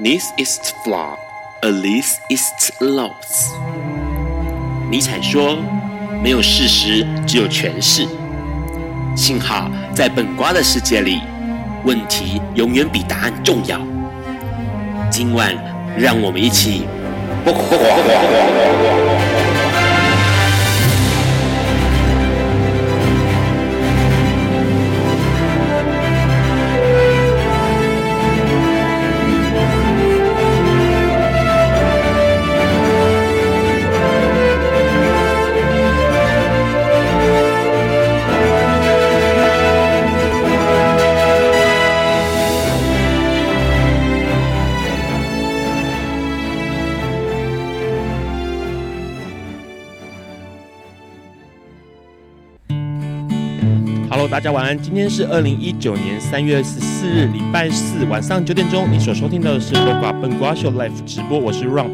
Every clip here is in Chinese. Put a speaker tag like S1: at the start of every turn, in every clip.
S1: This is flaw, at least it's loss。尼采说：“没有事实，只有诠释。”幸好在本瓜的世界里，问题永远比答案重要。今晚，让我们一起。Hello，大家晚安。今天是二零一九年三月十四日，礼拜四晚上九点钟，你所收听到的是《笨瓜笨瓜秀》Live 直播，我是 Ron。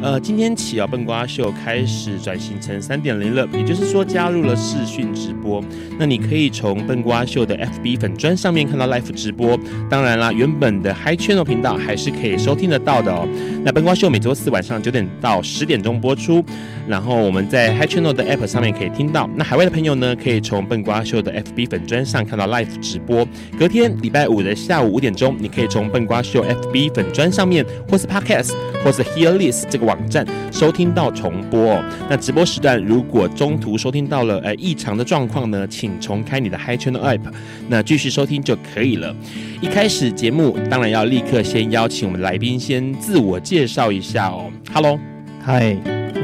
S1: 呃，今天起啊，笨瓜秀开始转型成三点零了，也就是说加入了视讯直播。那你可以从笨瓜秀的 FB 粉砖上面看到 Live 直播，当然啦，原本的 Hi Channel 频道还是可以收听得到的哦。那笨瓜秀每周四晚上九点到十点钟播出，然后我们在 Hi Channel 的 App 上面可以听到。那海外的朋友呢，可以从笨瓜秀的 FB 粉砖上看到 Live 直播。隔天礼拜五的下午五点钟，你可以从笨瓜秀 FB 粉砖上面，或是 Podcast，或是 Hearlist 这个网站收听到重播、哦。那直播时段如果中途收听到了呃异常的状况呢，请重开你的 Hi Channel App，那继续收听就可以了。一开始节目当然要立刻先邀请我们来宾先自我介绍一下哦。Hello，
S2: 嗨，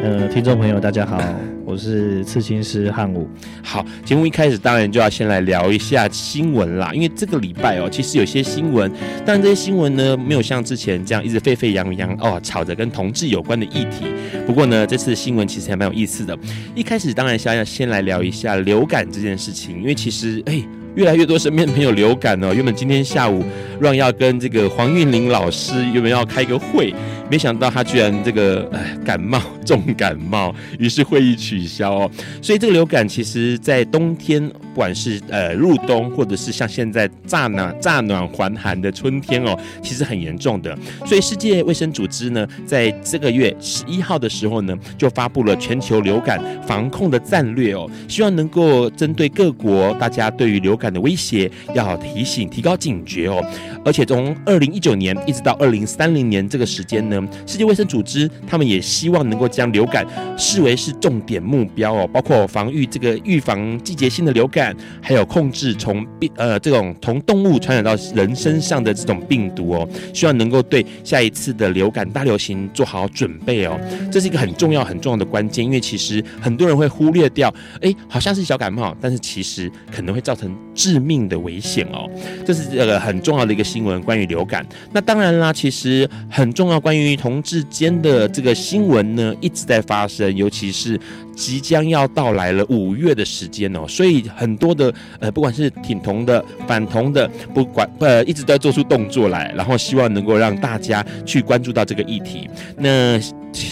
S2: 呃，听众朋友，大家 好，我是刺青师汉武。
S1: 好，节目一开始当然就要先来聊一下新闻啦，因为这个礼拜哦，其实有些新闻，但这些新闻呢没有像之前这样一直沸沸扬扬哦，吵着跟同志有关的议题。不过呢，这次新闻其实还蛮有意思的。一开始当然想要先来聊一下流感这件事情，因为其实哎。越来越多身边的朋友流感哦，原本今天下午让要跟这个黄韵玲老师原本要开个会，没想到他居然这个哎感冒重感冒，于是会议取消哦。 所以这个流感其实，在冬天，不管是呃入冬，或者是像现在乍暖乍暖还寒的春天哦，其实很严重的。所以世界卫生组织呢，在这个月十一号的时候呢，就发布了全球流感防控的战略哦，希望能够针对各国大家对于流感的威胁，要提醒、提高警觉哦。而且从二零一九年一直到二零三零年这个时间呢，世界卫生组织他们也希望能够将流感视为是重点目标哦，包括防御这个预防季节性的流感，还有控制从病呃这种从动物传染到人身上的这种病毒哦，希望能够对下一次的流感大流行做好准备哦。这是一个很重要很重要的关键，因为其实很多人会忽略掉，诶，好像是小感冒，但是其实可能会造成致命的危险哦。这是这个很重要的一个新闻，关于流感。那当然啦，其实很重要关于同志间的这个新闻呢，一直在发生，尤其是即将要到来了五月的时间哦，所以很多的呃，不管是挺同的、反同的，不管呃，一直在做出动作来，然后希望能够让大家去关注到这个议题。那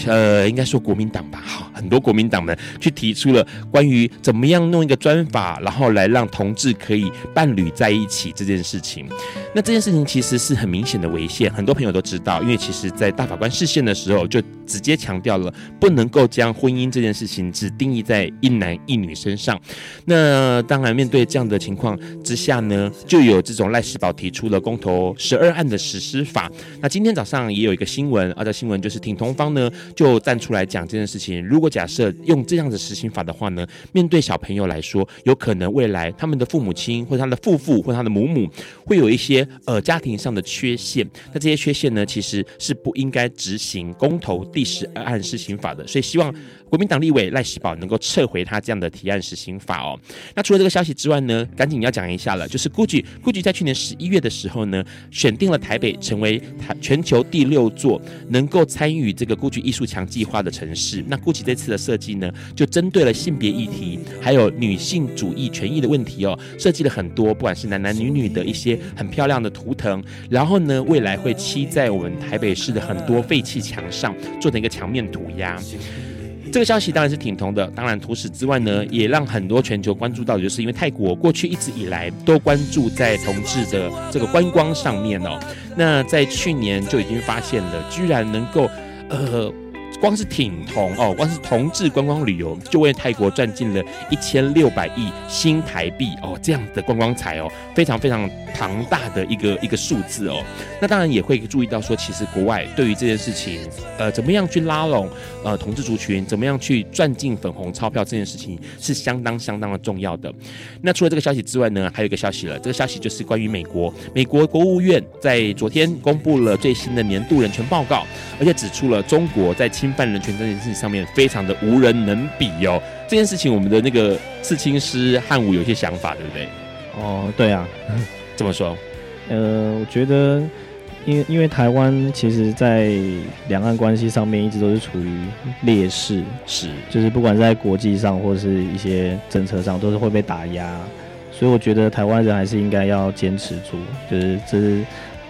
S1: 呃，应该说国民党吧，哈，很多国民党们去提出了关于怎么样弄一个专法，然后来让同志可以伴侣在一起这件事情。那这件事情其实是很明显的违宪，很多朋友都知道，因为其实在大法官释宪的时候就直接强调了，不能够将婚姻这件事情只定义在一男一女身上。那当然，面对这样的情况之下呢，就有这种赖世宝提出了公投十二案的实施法。那今天早上也有一个新闻，啊，这新闻就是挺同方呢就站出来讲这件事情。如果假设用这样的实行法的话呢，面对小朋友来说，有可能未来他们的父母亲或者他的父父或者他的母母会有一些呃家庭上的缺陷。那这些缺陷呢，其实是不应该执行公投第十二案施行法的。所以希望国民党立委赖世宝能够撤回他这样的提案施行法哦。那除了这个消息之外呢，赶紧要讲一下了，就是 GUCCI GUCCI 在去年十一月的时候呢，选定了台北成为台全球第六座能够参与这个 GUCCI 艺术墙计划的城市。那 GUCCI 这次的设计呢，就针对了性别议题，还有女性主义权益的问题哦，设计了很多不管是男男女女的一些很漂亮的图腾，然后呢，未来会漆在我们台北市的很多废弃墙上，做成一个墙面涂鸦。这个消息当然是挺同的。当然，除此之外呢，也让很多全球关注到，的就是因为泰国过去一直以来都关注在同志的这个观光上面哦。那在去年就已经发现了，居然能够呃。光是挺同哦，光是同志观光旅游就为泰国赚进了一千六百亿新台币哦，这样的观光财哦，非常非常庞大的一个一个数字哦。那当然也会注意到说，其实国外对于这件事情，呃，怎么样去拉拢呃同志族群，怎么样去赚进粉红钞票这件事情是相当相当的重要的。那除了这个消息之外呢，还有一个消息了，这个消息就是关于美国，美国国务院在昨天公布了最新的年度人权报告，而且指出了中国在侵犯人权这件事情上面非常的无人能比哦。这件事情，我们的那个刺青师汉武有些想法，对不对？
S2: 哦，对啊，
S1: 这么说，
S2: 呃，我觉得，因为因为台湾其实，在两岸关系上面一直都是处于劣势，
S1: 是
S2: 就是不管在国际上或是一些政策上，都是会被打压。所以我觉得台湾人还是应该要坚持住，就是这是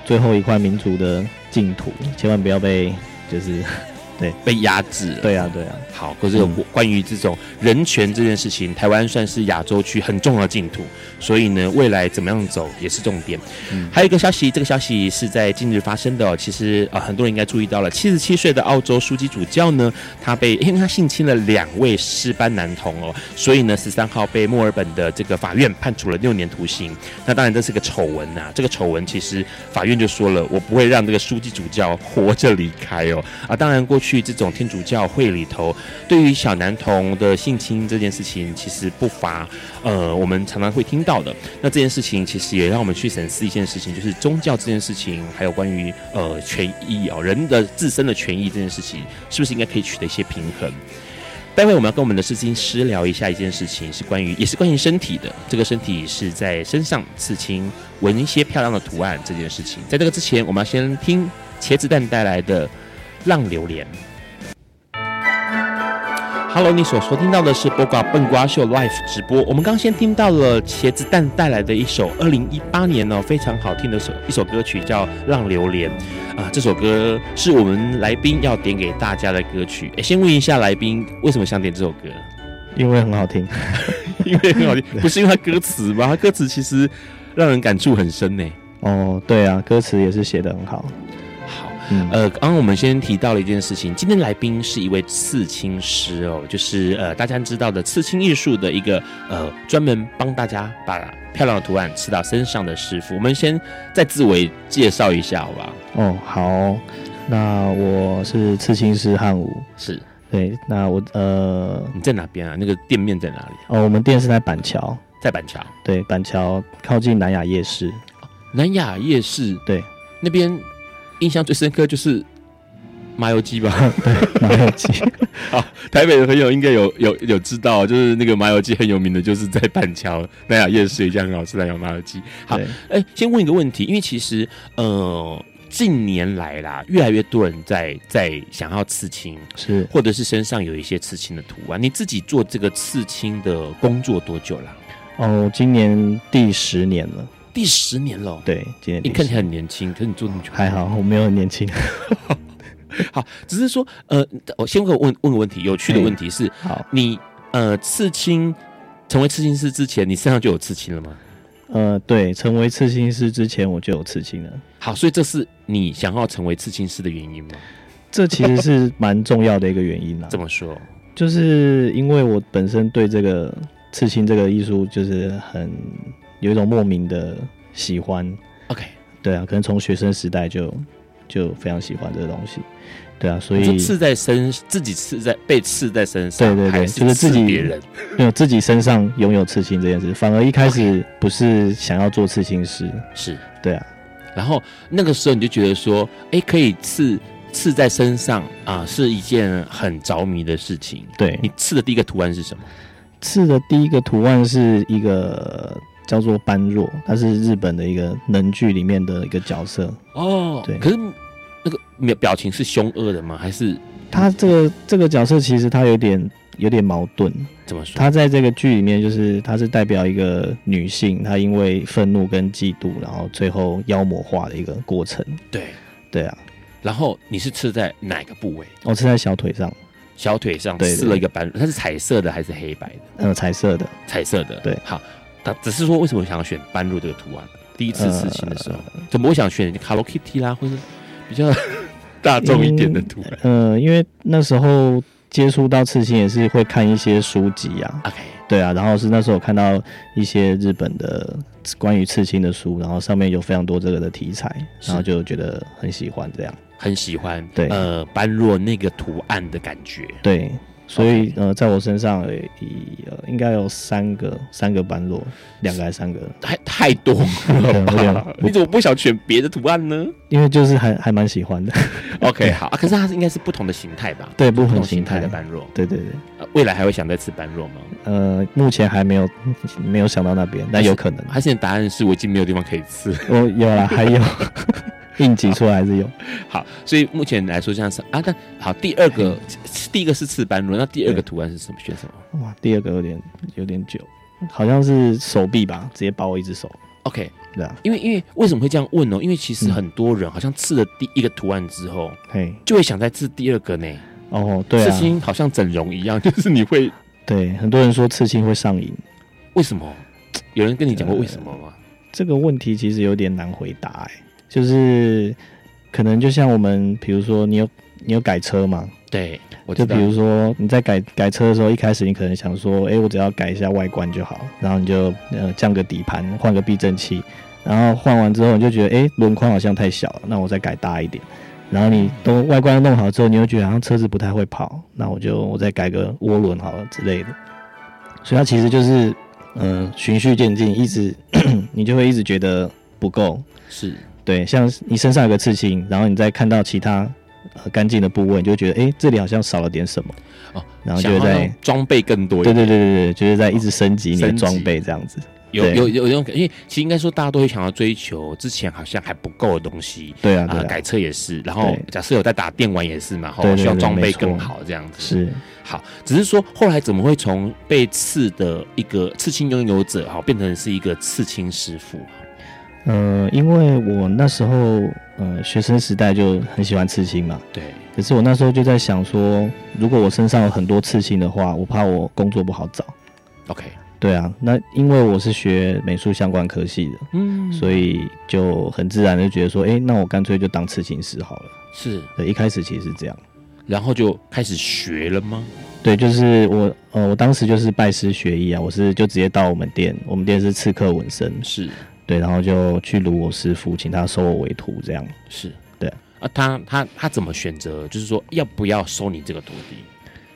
S2: 最后一块民族的净土，千万不要被就是
S1: 被压制了。
S2: 对啊对啊，
S1: 好，可是有
S2: 嗯
S1: 关于这种人权这件事情，台湾算是亚洲区很重要的净土，所以呢，未来怎么样走也是重点。
S2: 嗯
S1: 还有一个消息，这个消息是在近日发生的、哦，其实呃很多人应该注意到了，七十七岁的澳洲枢机主教呢，他被 因为他性侵了两位尸班男童哦，所以呢，十三号被墨尔本的这个法院判处了六年徒刑。那当然这是个丑闻呐、这个丑闻其实法院就说了，我不会让这个枢机主教活着离开哦啊，当然过去这种天主教会里头对于小男童的性侵这件事情，其实不乏呃我们常常会听到的。那这件事情其实也让我们去审视一件事情，就是宗教这件事情，还有关于呃权益哦人的自身的权益这件事情，是不是应该可以取得一些平衡？待会我们要跟我们的刺青师聊一下一件事情，是关于也是关于身体的。这个身体是在身上刺青、纹一些漂亮的图案这件事情。在这个之前，我们要先听茄子蛋带来的《浪流连》。Hello，你所收听到的是播瓜笨瓜秀 Live 直播。我们刚先听到了茄子蛋带来的一首二零一八年哦非常好听的首一首歌曲，叫《浪流连》啊、这首歌是我们来宾要点给大家的歌曲。诶先问一下来宾，为什么想点这首歌？
S2: 因为很好听。
S1: 因为很好听，不是因为它歌词吗？它歌词其实让人感触很深呢。
S2: 哦，对啊，歌词也是写得很好。
S1: 好，
S2: 嗯，
S1: 呃，刚刚我们先提到了一件事情，今天来宾是一位刺青师哦，就是呃大家知道的刺青艺术的一个呃专门帮大家把漂亮的图案刺到身上的师傅。我们先再自我介绍一下，好吧？
S2: 哦，好，那我是刺青师汉武。
S1: 是
S2: 对，那我呃，
S1: 你在哪边啊？那个店面在哪里？
S2: 哦，我们店是在板桥，
S1: 在板桥
S2: 对，板桥靠近南雅夜市。
S1: 南雅夜市，
S2: 对，
S1: 那边印象最深刻就是麻油鸡吧。
S2: 麻油鸡，
S1: 台北的朋友应该有有有知道，就是那个麻油鸡很有名的，就是在板桥南雅夜市有一家很好吃的南雅麻油鸡。 好
S2: 对，
S1: 哎、先问一个问题，因为其实呃，近年来啦，越来越多人在在想要刺青，
S2: 是
S1: 或者是身上有一些刺青的图案。你自己做这个刺青的工作多久啦？
S2: 哦，今年第十年了。
S1: 第十年了。
S2: 对，今年
S1: 你
S2: 第
S1: 看
S2: 十
S1: 起来很年轻，可是你做那么久
S2: 还好，我没有很年轻。
S1: 只是说，呃，我先问个问问个问题，有趣的问题是，
S2: 好，
S1: 你呃刺青成为刺青师之前，你身上就有刺青了吗？
S2: 呃，对，成为刺青师之前我就有刺青了，
S1: 好，所以这是你想要成为刺青师的原因吗？
S2: 这其实是蛮重要的一个原因啦。
S1: 这么说？
S2: 就是因为我本身对这个刺青这个艺术就是很有一种莫名的喜欢，
S1: OK，
S2: 对啊，可能从学生时代就就非常喜欢这个东西，对啊，所
S1: 是
S2: 以
S1: 刺在身，自己刺在被刺在身上，
S2: 对对对
S1: 还
S2: 就是是自己
S1: 刺别人。
S2: 没有自己身上拥有刺青这件事，反而一开始不是想要做刺青师，
S1: 是，
S2: 对啊，
S1: 然后那个时候你就觉得说，哎，可以刺刺在身上啊、是一件很着迷的事情。
S2: 对，
S1: 你刺的第一个图案是什么？
S2: 刺的第一个图案是一个叫做般若，它是日本的一个能剧里面的一个角色。
S1: 哦，
S2: 对
S1: 可是那个表表情是凶恶的吗？还是
S2: 他这个这个角色其实他有点有点矛盾，
S1: 怎么说？
S2: 他在这个剧里面就是他是代表一个女性，她因为愤怒跟嫉妒，然后最后妖魔化的一个过程。
S1: 对。
S2: 对啊，
S1: 然后你是刺在哪个部位？
S2: 哦我、刺在小腿上，
S1: 小腿上
S2: 对对
S1: 刺了一个斑，它是彩色的还是黑白的？
S2: 呃，彩色的，
S1: 彩色的，
S2: 对
S1: 好，但只是说为什么想要选斑入这个图案？第一次刺青的时
S2: 呃
S1: 候，怎么我想选 Hello Kitty 啦，或是比 较大众一点的图案、
S2: 呃，因为那时候接触到刺青也是会看一些书籍啊，
S1: o k
S2: 对啊，然后是那时候看到一些日本的关于刺青的书，然后上面有非常多这个的题材，
S1: 是
S2: 然后就觉得很喜欢这样，
S1: 很喜欢，
S2: 对
S1: 呃，般若那个图案的感觉，
S2: 对。所以呃，在我身上呃一呃应该有三个三个斑落，两个还是三个，
S1: 太太多 了
S2: 对有
S1: 吧
S2: 点？
S1: 你怎么不想选别的图案呢
S2: 因为就是还还蛮喜欢的，
S1: ？OK，好啊，可是它是应该是不同的形态吧？
S2: 对不
S1: 不
S2: 同
S1: 同
S2: 形
S1: 形态
S2: 态
S1: 的般若、
S2: 对对对，
S1: 呃未来还会想再吃般若吗？
S2: 呃，目前还没有没有想到那边，但有可能。啊
S1: 他现在答案是我已经没有地方可以吃。
S2: 我哦有啦，还 有应急出来还是有。
S1: 好，所以目前来说这样是啊，但好，第二个第一个是刺斑轮，那第二个
S2: 对
S1: 图案是什么？选什么
S2: 哇，第二个有点有点久，好像是手臂吧，直接包一只手，
S1: ？OK，
S2: 对啊，
S1: 因为因为为什么会这样问哦呢？因为其实
S2: 嗯
S1: 很多人好像刺了第一个图案之后，
S2: 嘿，
S1: 就会想再刺第二个呢。
S2: 哦，对
S1: 刺
S2: 啊，
S1: 青好像整容一样， 就是你会
S2: 对，很多人说刺青会上瘾，
S1: 为什么？有人跟你讲过为什么吗？
S2: 这个问题其实有点难回答、欸，就是可能就像我们，比如说你有你有改车嘛，
S1: 对，我
S2: 就
S1: 知道
S2: 比。如说你在改改车的时候，一开始你可能想说，哎、我只要改一下外观就好，然后你就呃降个底盘，换个避震器，然后换完之后你就觉得，哎、轮框好像太小了，那我再改大一点。然后你
S1: 嗯
S2: 都外观弄好之后，你又觉得好像车子不太会跑，那我就我再改个涡轮好了之类的。所以它其实就是，嗯、循序渐进，一直 你就会一直觉得不够，
S1: 是
S2: 对，像你身上有个刺青，然后你再看到其他呃干净的部位，你就会觉得哎、诶这里好像少了点什么，
S1: 哦，
S2: 然后就
S1: 想
S2: 会
S1: 要
S2: 在
S1: 让装备更多一
S2: 对
S1: 点。
S2: 对对对对，就是在一直升级你的
S1: 升级
S2: 装备这样子。
S1: 有
S2: 对
S1: 有有这种感，因为其实应该说大家都会想要追求之前好像还不够的东西
S2: 对啊，
S1: 啊、
S2: 对啊，
S1: 改车也是，然后
S2: 对
S1: 假设有在打电玩也是嘛，吼
S2: 对，对
S1: 需要装备
S2: 没错
S1: 更好这样子。
S2: 是
S1: 好，只是说后来怎么会从被刺的一个刺青拥有者哈，变成是一个刺青师傅？
S2: 呃，因为我那时候呃学生时代就很喜欢刺青嘛，
S1: 对，
S2: 可是我那时候就在想说，如果我身上有很多刺青的话，我怕我工作不好找。
S1: OK，
S2: 对啊，那因为我是学美术相关科系的，
S1: 嗯，
S2: 所以就很自然的觉得说，哎、那我干脆就当刺青师好了。
S1: 是，
S2: 对，一开始其实是这样。
S1: 然后就开始学了吗？
S2: 对，就是我，呃，我当时就是拜师学艺啊，我是就直接到我们店，我们店是刺客纹身，
S1: 是
S2: 对，然后就去撸我师傅，请他收我为徒，这样。
S1: 是，
S2: 对
S1: 啊，他他他怎么选择？就是说要不要收你这个徒弟？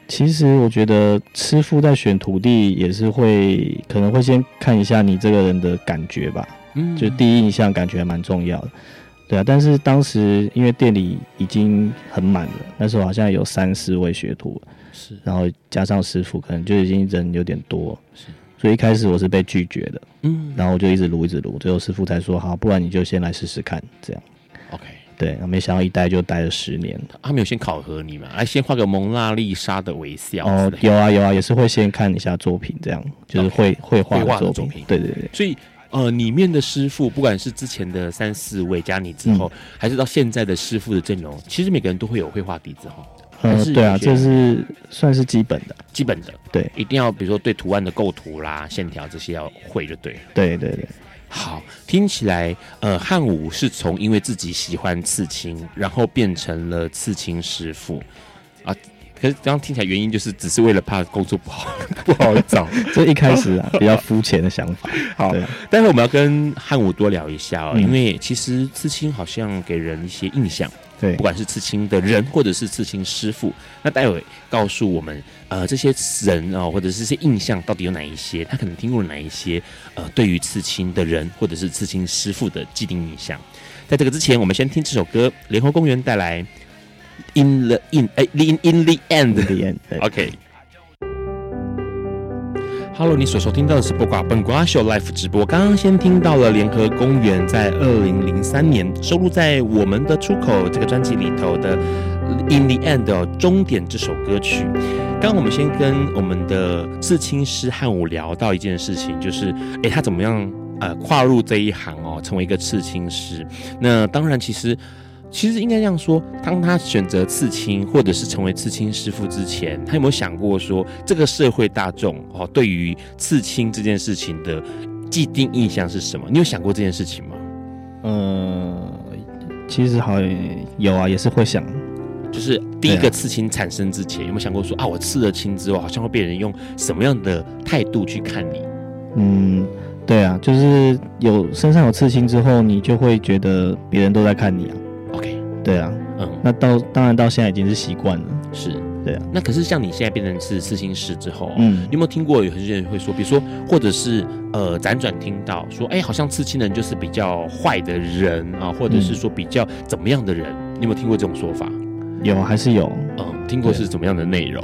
S2: 其实我觉得师傅在选徒弟也是会，可能会先看一下你这个人的感觉吧，
S1: 嗯
S2: 就第一印象感觉还蛮重要的。对啊，但是当时因为店里已经很满了，那时候好像有三四位学徒了，
S1: 是
S2: 然后加上师傅，可能就已经人有点多
S1: 是，
S2: 所以一开始我是被拒绝的，
S1: 嗯
S2: 然后我就一直撸一直撸，最后师傅才说好，不然你就先来试试看，这样。
S1: ，OK，
S2: 对，然后没想到一待就待了十年。
S1: 他没有先考核你嘛？哎，先画个蒙娜丽莎的微笑
S2: 哦
S1: 之类，的
S2: 有啊有啊，也是会先看一下作品，这样就是绘绘画
S1: 绘画
S2: 的
S1: 的
S2: 作
S1: 作
S2: 品
S1: 品。
S2: 对对对，
S1: 所以呃，里面的师傅，不管是之前的三四位加你之
S2: 嗯
S1: 后，还是到现在的师傅的阵容，其实每个人都会有绘画底子哈，还
S2: 嗯、
S1: 是
S2: 对
S1: 有
S2: 啊，
S1: 些
S2: 这是算是基本的。
S1: 基本的。
S2: 对
S1: 一定要比如说对图案的构图啦、线条这些要会就对了。
S2: 对对对，
S1: 好，听起来，呃，汉武是从因为自己喜欢刺青，然后变成了刺青师傅啊。可是刚刚听起来原因就是只是为了怕工作不好 不好 找，
S2: 这一开始 啊比较肤浅的想法。
S1: 好
S2: 对啊
S1: 待会我们要跟汉武多聊一下哦，
S2: 嗯
S1: 因为其实刺青好像给人一些印象，
S2: 对
S1: 不管是刺青的人或者是刺青师傅。那待会告诉我们，呃，这些人哦，或者是这些印象到底有哪一些？他可能听过哪一些？呃，对于刺青的人或者是刺青师傅的既定印象。在这个之前，我们先听这首歌，联合公园带来《In the In》哎，《In In the End》。
S2: 体验。对
S1: OK。Hello，你所收听到的是播挂本瓜秀 Live 直播。刚刚先听到了联合公园在二零零三年收录在我们的出口这个专辑里头的《In the End》哦终点这首歌曲。刚刚我们先跟我们的刺青师汉武聊到一件事情，就是诶他怎么样呃跨入这一行哦，成为一个刺青师。那当然，其实其实应该这样说，当他选择刺青或者是成为刺青师傅之前，他有没有想过说，这个社会大众哦，对于刺青这件事情的既定印象是什么？你有想过这件事情吗？
S2: 嗯，其实好有啊，也是会想，
S1: 就是第一
S2: 对
S1: 个
S2: 啊
S1: 刺青产生之前，有没有想过说啊，我刺了青之后，好像会被人用什么样的态度去看你？
S2: 嗯，对啊，就是有身上有刺青之后，你就会觉得别人都在看你啊，
S1: OK，
S2: 对啊，
S1: 嗯，
S2: 那到当然到现在已经是习惯了，
S1: 是
S2: 对啊。
S1: 那可是像你现在变成是刺青师之后，
S2: 嗯
S1: 你有没有听过有些人会说，比如说，或者是呃辗转听到说，哎、好像刺青人就是比较坏的人啊，或者是说比较怎么样的人？你有没有听过这种说法？
S2: 有还是有，
S1: 嗯，听过是怎么样的内容？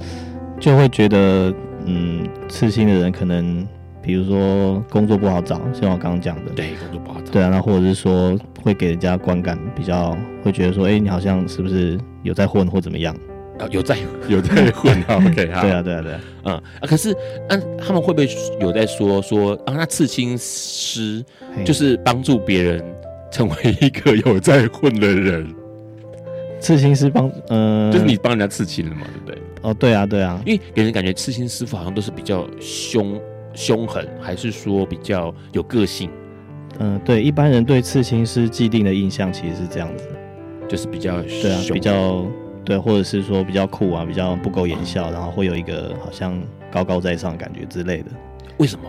S2: 就会觉得嗯，刺青的人可能比如说工作不好找，像我刚刚讲的，
S1: 对，工作不好找。
S2: 对啊，那或者是说会给人家观感比较会觉得说，哎、你好像是不是有在混或怎么样？
S1: 啊，有在有在 混啊，OK 好
S2: 对啊，对啊，对啊，
S1: 嗯啊，可是啊，他们会不会有在说说啊，那刺青师
S2: 嘿
S1: 就是帮助别人成为一个有在混的人，
S2: 刺青师帮，呃，
S1: 就是你帮人家刺青了嘛，对不对？
S2: 哦，对啊，对啊，
S1: 因为给人感觉刺青师傅好像都是比较凶凶狠，还是说比较有个性，
S2: 嗯、对，一般人对刺青师既定的印象其实是这样子，
S1: 就是比较
S2: 对啊，
S1: 凶
S2: 比较对，或者是说比较酷啊，比较不苟言笑，然后会有一个好像高高在上的感觉之类的。
S1: 为什么？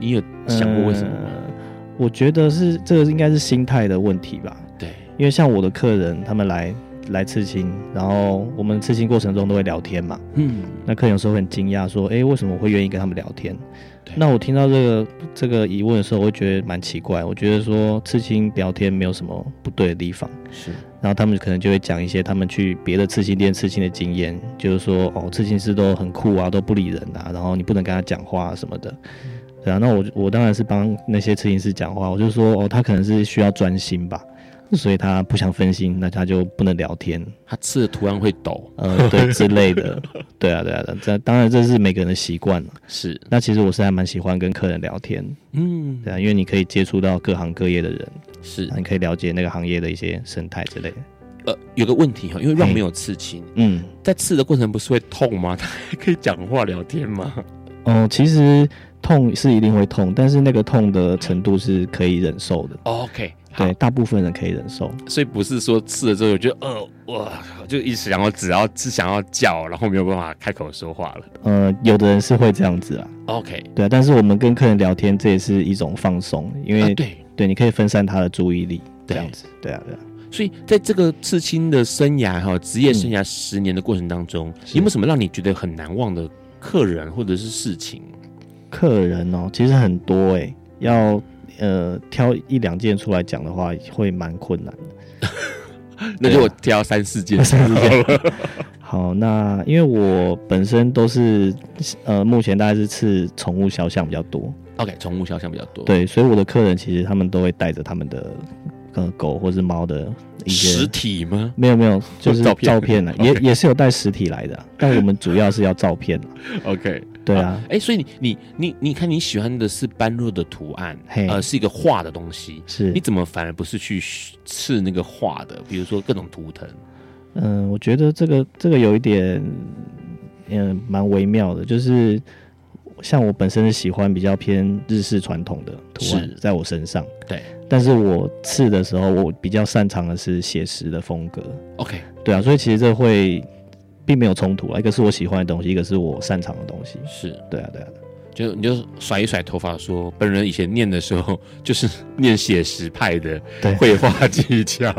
S1: 你有想过为什么吗？
S2: 呃我觉得是这个应该是心态的问题吧，
S1: 对，
S2: 因为像我的客人他们来来刺青，然后我们刺青过程中都会聊天嘛，
S1: 嗯，
S2: 那客人有时候会很惊讶说，诶，为什么我会愿意跟他们聊天
S1: 对？
S2: 那我听到这个这个疑问的时候，我会觉得蛮奇怪，我觉得说刺青聊天没有什么不对的地方。
S1: 是
S2: 然后他们可能就会讲一些他们去别的刺青店刺青的经验，就是说哦，刺青师都很酷啊，都不理人啊，然后你不能跟他讲话、啊、什么的。对啊，那我我当然是帮那些刺青师讲话，我就说哦，他可能是需要专心吧，所以他不想分心，那他就不能聊天，
S1: 他刺的图案会抖，
S2: 呃，对之类的。对啊，对啊，对啊这当然这是每个人的习惯了。啊
S1: 是
S2: 那其实我是还蛮喜欢跟客人聊天，
S1: 嗯
S2: 对啊，因为你可以接触到各行各业的人，
S1: 是
S2: 你可以了解那个行业的一些生态之类的。
S1: 呃有个问题哈，因为让
S2: 嘿
S1: 没有刺青，
S2: 嗯。
S1: 在刺的过程不是会痛吗？ 他还可以讲话聊天吗？
S2: 哦，其实痛是一定会痛，但是那个痛的程度是可以忍受的。
S1: 哦 OK，好
S2: 对，，大部分人可以忍受。
S1: 所以不是说刺了之后我觉得呃哇，就一直想要只要只想要叫，然后没有办法开口说话了。
S2: 呃，有的人是会这样子啊，
S1: OK，
S2: 对啊。但是我们跟客人聊天，这也是一种放松，因为、
S1: 啊对，
S2: 对，你可以分散他的注意力，
S1: 对
S2: 这样子。对啊，对啊。
S1: 所以在这个刺青的生涯哈，职业生涯十年的过程当中，有没有什么让你觉得很难忘的客人或者是事情？
S2: 客人哦，其实很多哎、要呃挑一两件出来讲的话，会蛮困难的。
S1: 那就我挑三四件，
S2: 三四件。好，那因为我本身都是呃，目前大概是刺宠物肖像比较多，
S1: OK，宠物肖像比较多，，
S2: 对，所以我的客人其实他们都会带着他们的呃狗或是猫的一
S1: 实
S2: 些。
S1: 体吗
S2: 没有没有，就是
S1: 照
S2: 照
S1: 片
S2: 片了，
S1: OK
S2: 也也是有带实体来的啊，但我们主要是要照片啊
S1: ？OK，
S2: 对啊，
S1: 哎，所以你你你你看你喜欢的是般若的图案，
S2: 嘿
S1: 呃，是一个画的东西。
S2: 是
S1: 你，怎么反而不是去刺那个画的？比如说各种图腾，
S2: 嗯，我觉得这个这个有一点，嗯，蛮微妙的，就是像我本身是喜欢比较偏日式传统的图案
S1: 是，
S2: 在我身上，
S1: 对
S2: 但是我刺的时候，我比较擅长的是写实的风格，
S1: ，OK，
S2: 对啊，所以其实这会并没有冲突啊，一个是我喜欢的东西，一个是我擅长的东西。
S1: 是，
S2: 对啊，对啊，
S1: 就你就甩一甩头发说，本人以前念的时候就是念写实派的
S2: 对
S1: 绘画技巧。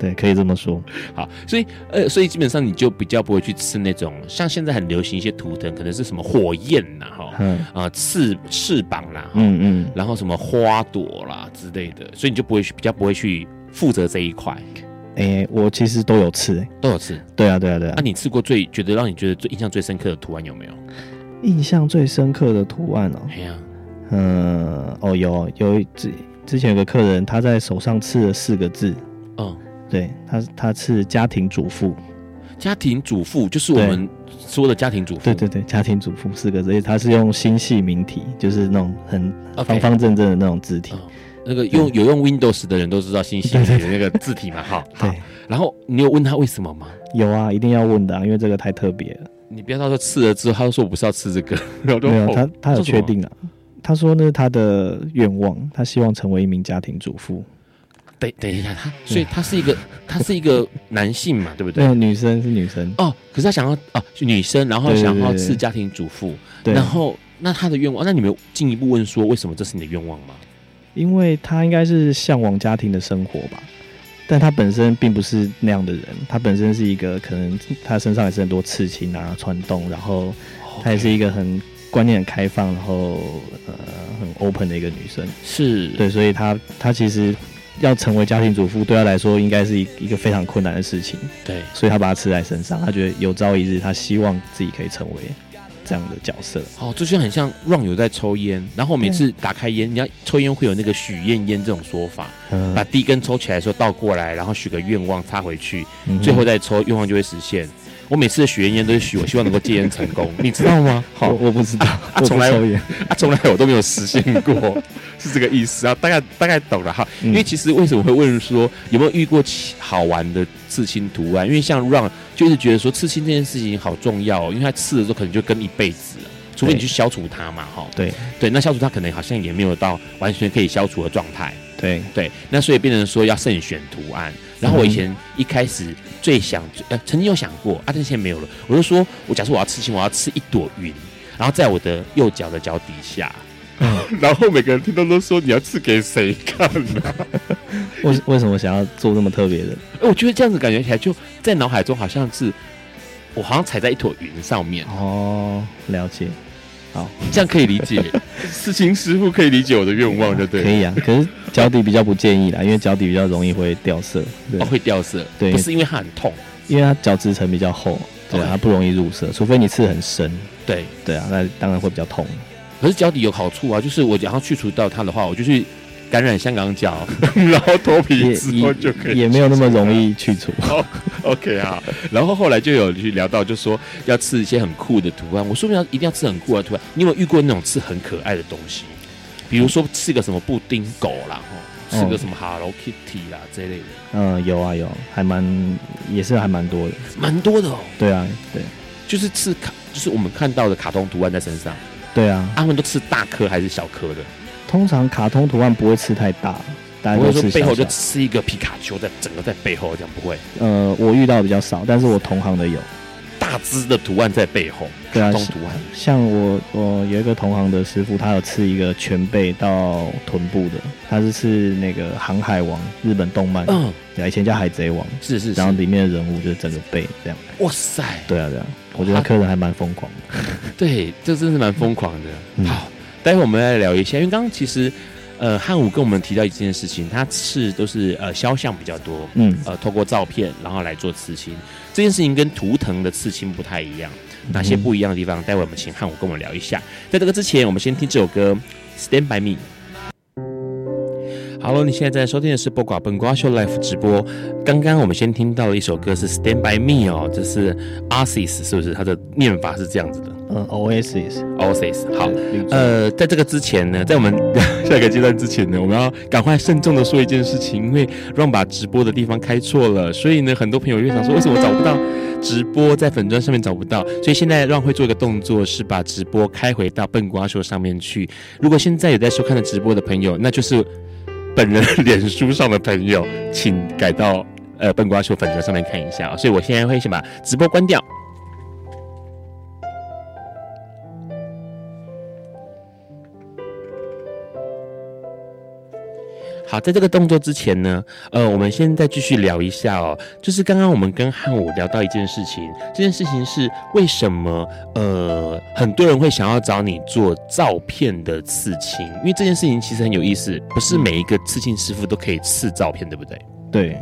S2: 对，可以这么说。
S1: 好，所以呃，所以基本上你就比较不会去吃那种像现在很流行一些图腾，可能是什么火焰呐、哈，
S2: 嗯
S1: 啊、翅翅膀啦，嗯，
S2: 嗯嗯，
S1: 然后什么花朵啦之类的，所以你就不会去比较不会去负责这一块，
S2: 诶、我其实都有刺、欸。
S1: 都有吃。
S2: 对啊，对啊，对啊
S1: 那、。你吃过最觉得让你觉得最印象最深刻的图案有没有？
S2: 印象最深刻的图案哦、
S1: 哎呀、
S2: 嗯，哦，有有一之之前有个客人，他在手上刺了四个字，
S1: 嗯，
S2: 对他他刺家庭主妇，
S1: 家庭主妇就是我
S2: 对
S1: 们说的家庭主妇，
S2: 对对对，家庭主妇四个字，而且他是用星系明体，就是那种很
S1: OK，
S2: 方方正正的那种字体。
S1: 哦那个用有用 Windows 的人都知道新西里的那个字体嘛，哈。好
S2: 对，，
S1: 然后你有问他为什么吗？
S2: 有啊，一定要问的、啊，因为这个太特别了。
S1: 你不要到时候吃了之后，他就说我不是要吃这个， 然后我就
S2: 没有，
S1: 哦
S2: 啊他他有
S1: 这是什么
S2: 确定啊。他说那是他的愿望，他希望成为一名家庭主妇。
S1: 等等一下，他所以他是一个他是一 个男性嘛，对不对？
S2: 对，女生是女生，
S1: 哦，可是他想要哦是女生，然后
S2: 对对
S1: 想要
S2: 对
S1: 是家庭主妇，
S2: 对
S1: 然，后那他的愿望，那你们有进一步问说为什么这是你的愿望吗？
S2: 因为他应该是向往家庭的生活吧，但他本身并不是那样的人，他本身是一个可能他身上也是很多刺青啊、穿洞，然后她也
S1: 哦
S2: 是一个很观念很开放，然后呃很 open 的一个女生。
S1: 是
S2: 对，所以她她其实要成为家庭主妇，对她来说应该是一一个非常困难的事情，
S1: 对
S2: 所以她把它吃在身上，她觉得有朝一日她希望自己可以成为这样的角色。
S1: 哦，这就很像 Ron 有在抽烟，然后每次打开烟，你要抽烟会有那个许愿烟这种说法，
S2: 嗯
S1: 把第一根抽起来的时候倒过来，然后许个愿望插回去，
S2: 嗯哼
S1: 最后再抽，愿望就会实现。我每次的许愿烟都是许我希望能够戒烟成 功，你知道吗？好
S2: 我，我不知道， 我不
S1: 从来
S2: 抽烟，
S1: 啊，从来我都没有实现过， 是这个意思啊。大概大概懂了哈。
S2: 嗯
S1: 因为其实为什么会问说有没有遇过奇好玩的刺青图案？因为像 Run 就是觉得说刺青这件事情好重要、哦，因为他刺的时候可能就跟一辈子了。除非你去消除它嘛，哈，
S2: 对
S1: 对，那消除它可能好像也没有到完全可以消除的状态，
S2: 对，
S1: 对，那所以变成说要慎选图案。然后我以前一开始最想，呃，曾经有想过啊，但是现在没有了。我就说我假设我要刺青，我要刺一朵云，然后在我的右脚的脚底 下，
S2: 嗯，
S1: 然后每个人听到都说你要赐给谁看呢、
S2: 为为什么想要做这么特别的？
S1: 哎，我觉得这样子感觉起来，就在脑海中好像是我好像踩在一坨云上面，
S2: 哦，了解，
S1: 这样可以理 解。事情师傅可以理解我的愿望，就对
S2: 可
S1: 了。
S2: 以啊。可是脚底比较不建议啦，因为脚底比较容易会掉色，对
S1: 哦，，会掉色，
S2: 对
S1: 不是因为它很痛，
S2: 因为它角质层比较厚，对啊，
S1: OK
S2: 它不容易入色，除非你刺很深，
S1: 对。
S2: 对啊，那当然会比较痛。
S1: 可是脚底有好处啊，就是我然后去除掉它的话，我就去感染香港 脚，然后头
S2: 也
S1: 皮
S2: 也也没有那么容易去除。
S1: OK 啊，然后后来就有去聊到，就说要刺一些很酷的图案。我说不定要一定要刺很酷的图案。你有没有遇过那种刺很可爱的东西？比如说刺个什么布丁狗啦，吼，
S2: 哦
S1: 刺个什么 Hello Kitty 啦这类的，
S2: 嗯，有啊有，还蛮也是还蛮多的。
S1: 蛮多的哦。
S2: 对啊，对
S1: 就是刺卡，就是我们看到的卡通图案在身上，
S2: 对啊，
S1: 他们都刺大颗还是小颗的？
S2: 通常卡通图案不会吃太大，大家
S1: 不会
S2: 都
S1: 说
S2: 吃
S1: 背
S2: 小
S1: 后就
S2: 小。
S1: 刺一个皮卡丘在整个在背后，这样不会
S2: 呃，我遇到比较少，但是我同行的有。
S1: 大只的图案在背后，
S2: 对啊
S1: 卡通图案
S2: 像我，我有一个同行的师傅，他有刺一个全背到臀部的，他是刺那个《航海王》日本动漫，
S1: 嗯，
S2: 对啊，以前叫《海贼王》，
S1: 是是是
S2: 然，后里面的人物就是整个背这样。
S1: 哇塞，
S2: 对啊，对啊，我觉得客人还蛮疯狂的。
S1: 对，这真是蛮疯狂的。
S2: 嗯
S1: 好，待会我们来聊一下，因为刚刚其实，呃，汉武跟我们提到一件事情，他刺都是呃肖像比较多，
S2: 嗯，
S1: 呃，透过照片然后来做刺青，这件事情跟图腾的刺青不太一样，哪些不一样的地方？待会我们请汉武跟我们聊一下。在这个之前，我们先听这首歌《Stand by Me》。Hello，你现在在收听的是播寡本瓜秀 Life 直播。刚刚我们先听到了一首歌是《Stand by Me》哦，这是 a s i s 是不是？它的念法是这样子的。
S2: 嗯，Oasis，
S1: o s i s 好，
S2: 绿洲，
S1: 呃，在这个之前呢， 在我们下一个阶段之前呢，我们要赶快慎重的说一件事情，因为 Ron 把直播的地方开错了，所以呢，很多朋友就想说，为什么我找不到直播在粉砖上面找不到？所以现在 Ron 会做一个动作，是把直播开回到笨瓜秀上面去。如果现在有在收看的直播的朋友，那就是本人脸书上的朋友，请改到呃笨瓜秀粉砖上面看一下、啊。所以我现在会先把直播关掉。好，在这个动作之前呢，呃，我们先再继续聊一下哦，就是刚刚我们跟汉武聊到一件事情，这件事情是为什么呃很多人会想要找你做照片的刺青，因为这件事情其实很有意思，不是每一个刺青师傅都可以刺照片，对不对？
S2: 对，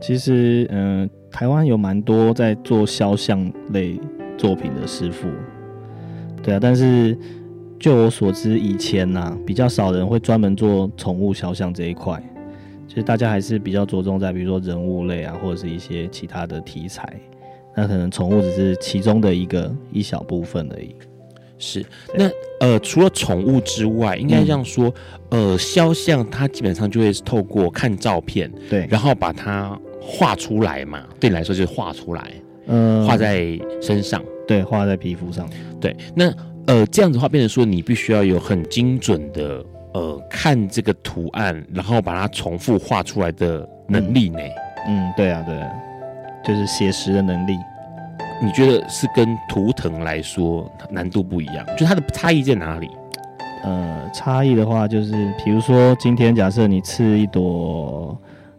S2: 其实嗯、呃台湾有蛮多在做肖像类作品的师傅，对啊，但是就我所知，以前呐、比较少人会专门做宠物肖像这一块，就是大家还是比较着重在比如说人物类啊，或者是一些其他的题材，那可能宠物只是其中的一个一小部分而已。
S1: 是，那呃，除了宠物之外，应该这样说，呃，肖像它基本上就会透过看照片，
S2: 对，
S1: 然后把它画出来嘛。对你来说就是画出来，
S2: 嗯，
S1: 画在身上。
S2: 对画在皮肤上，
S1: 对，那呃，这样子的话，变成说你必须要有很精准的呃看这个图案，然后把它重复画出来的能力呢？
S2: 嗯，对啊，对啊，就是写实的能力。
S1: 你觉得是跟图腾来说难度不一样？就它的差异在哪里？
S2: 呃，差异的话，就是比如说今天假设你刺一朵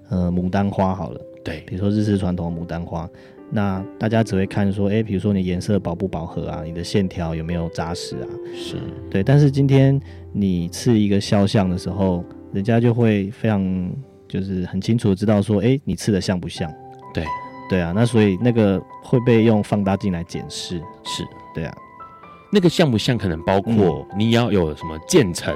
S2: 呃牡丹花好了，
S1: 对，
S2: 比如说日式传统牡丹花，那大家只会看说，哎诶，比如说你颜色饱不饱和啊，你的线条有没有扎实啊，
S1: 是
S2: 对。但是今天你刺一个肖像的时候，人家就会非常就是很清楚的知道说，诶，你刺的像不像？
S1: 对，
S2: 对啊，那所以那个会被用放大镜来检视，
S1: 是。
S2: 对啊，
S1: 那个像不像可能包括你要有什么渐层、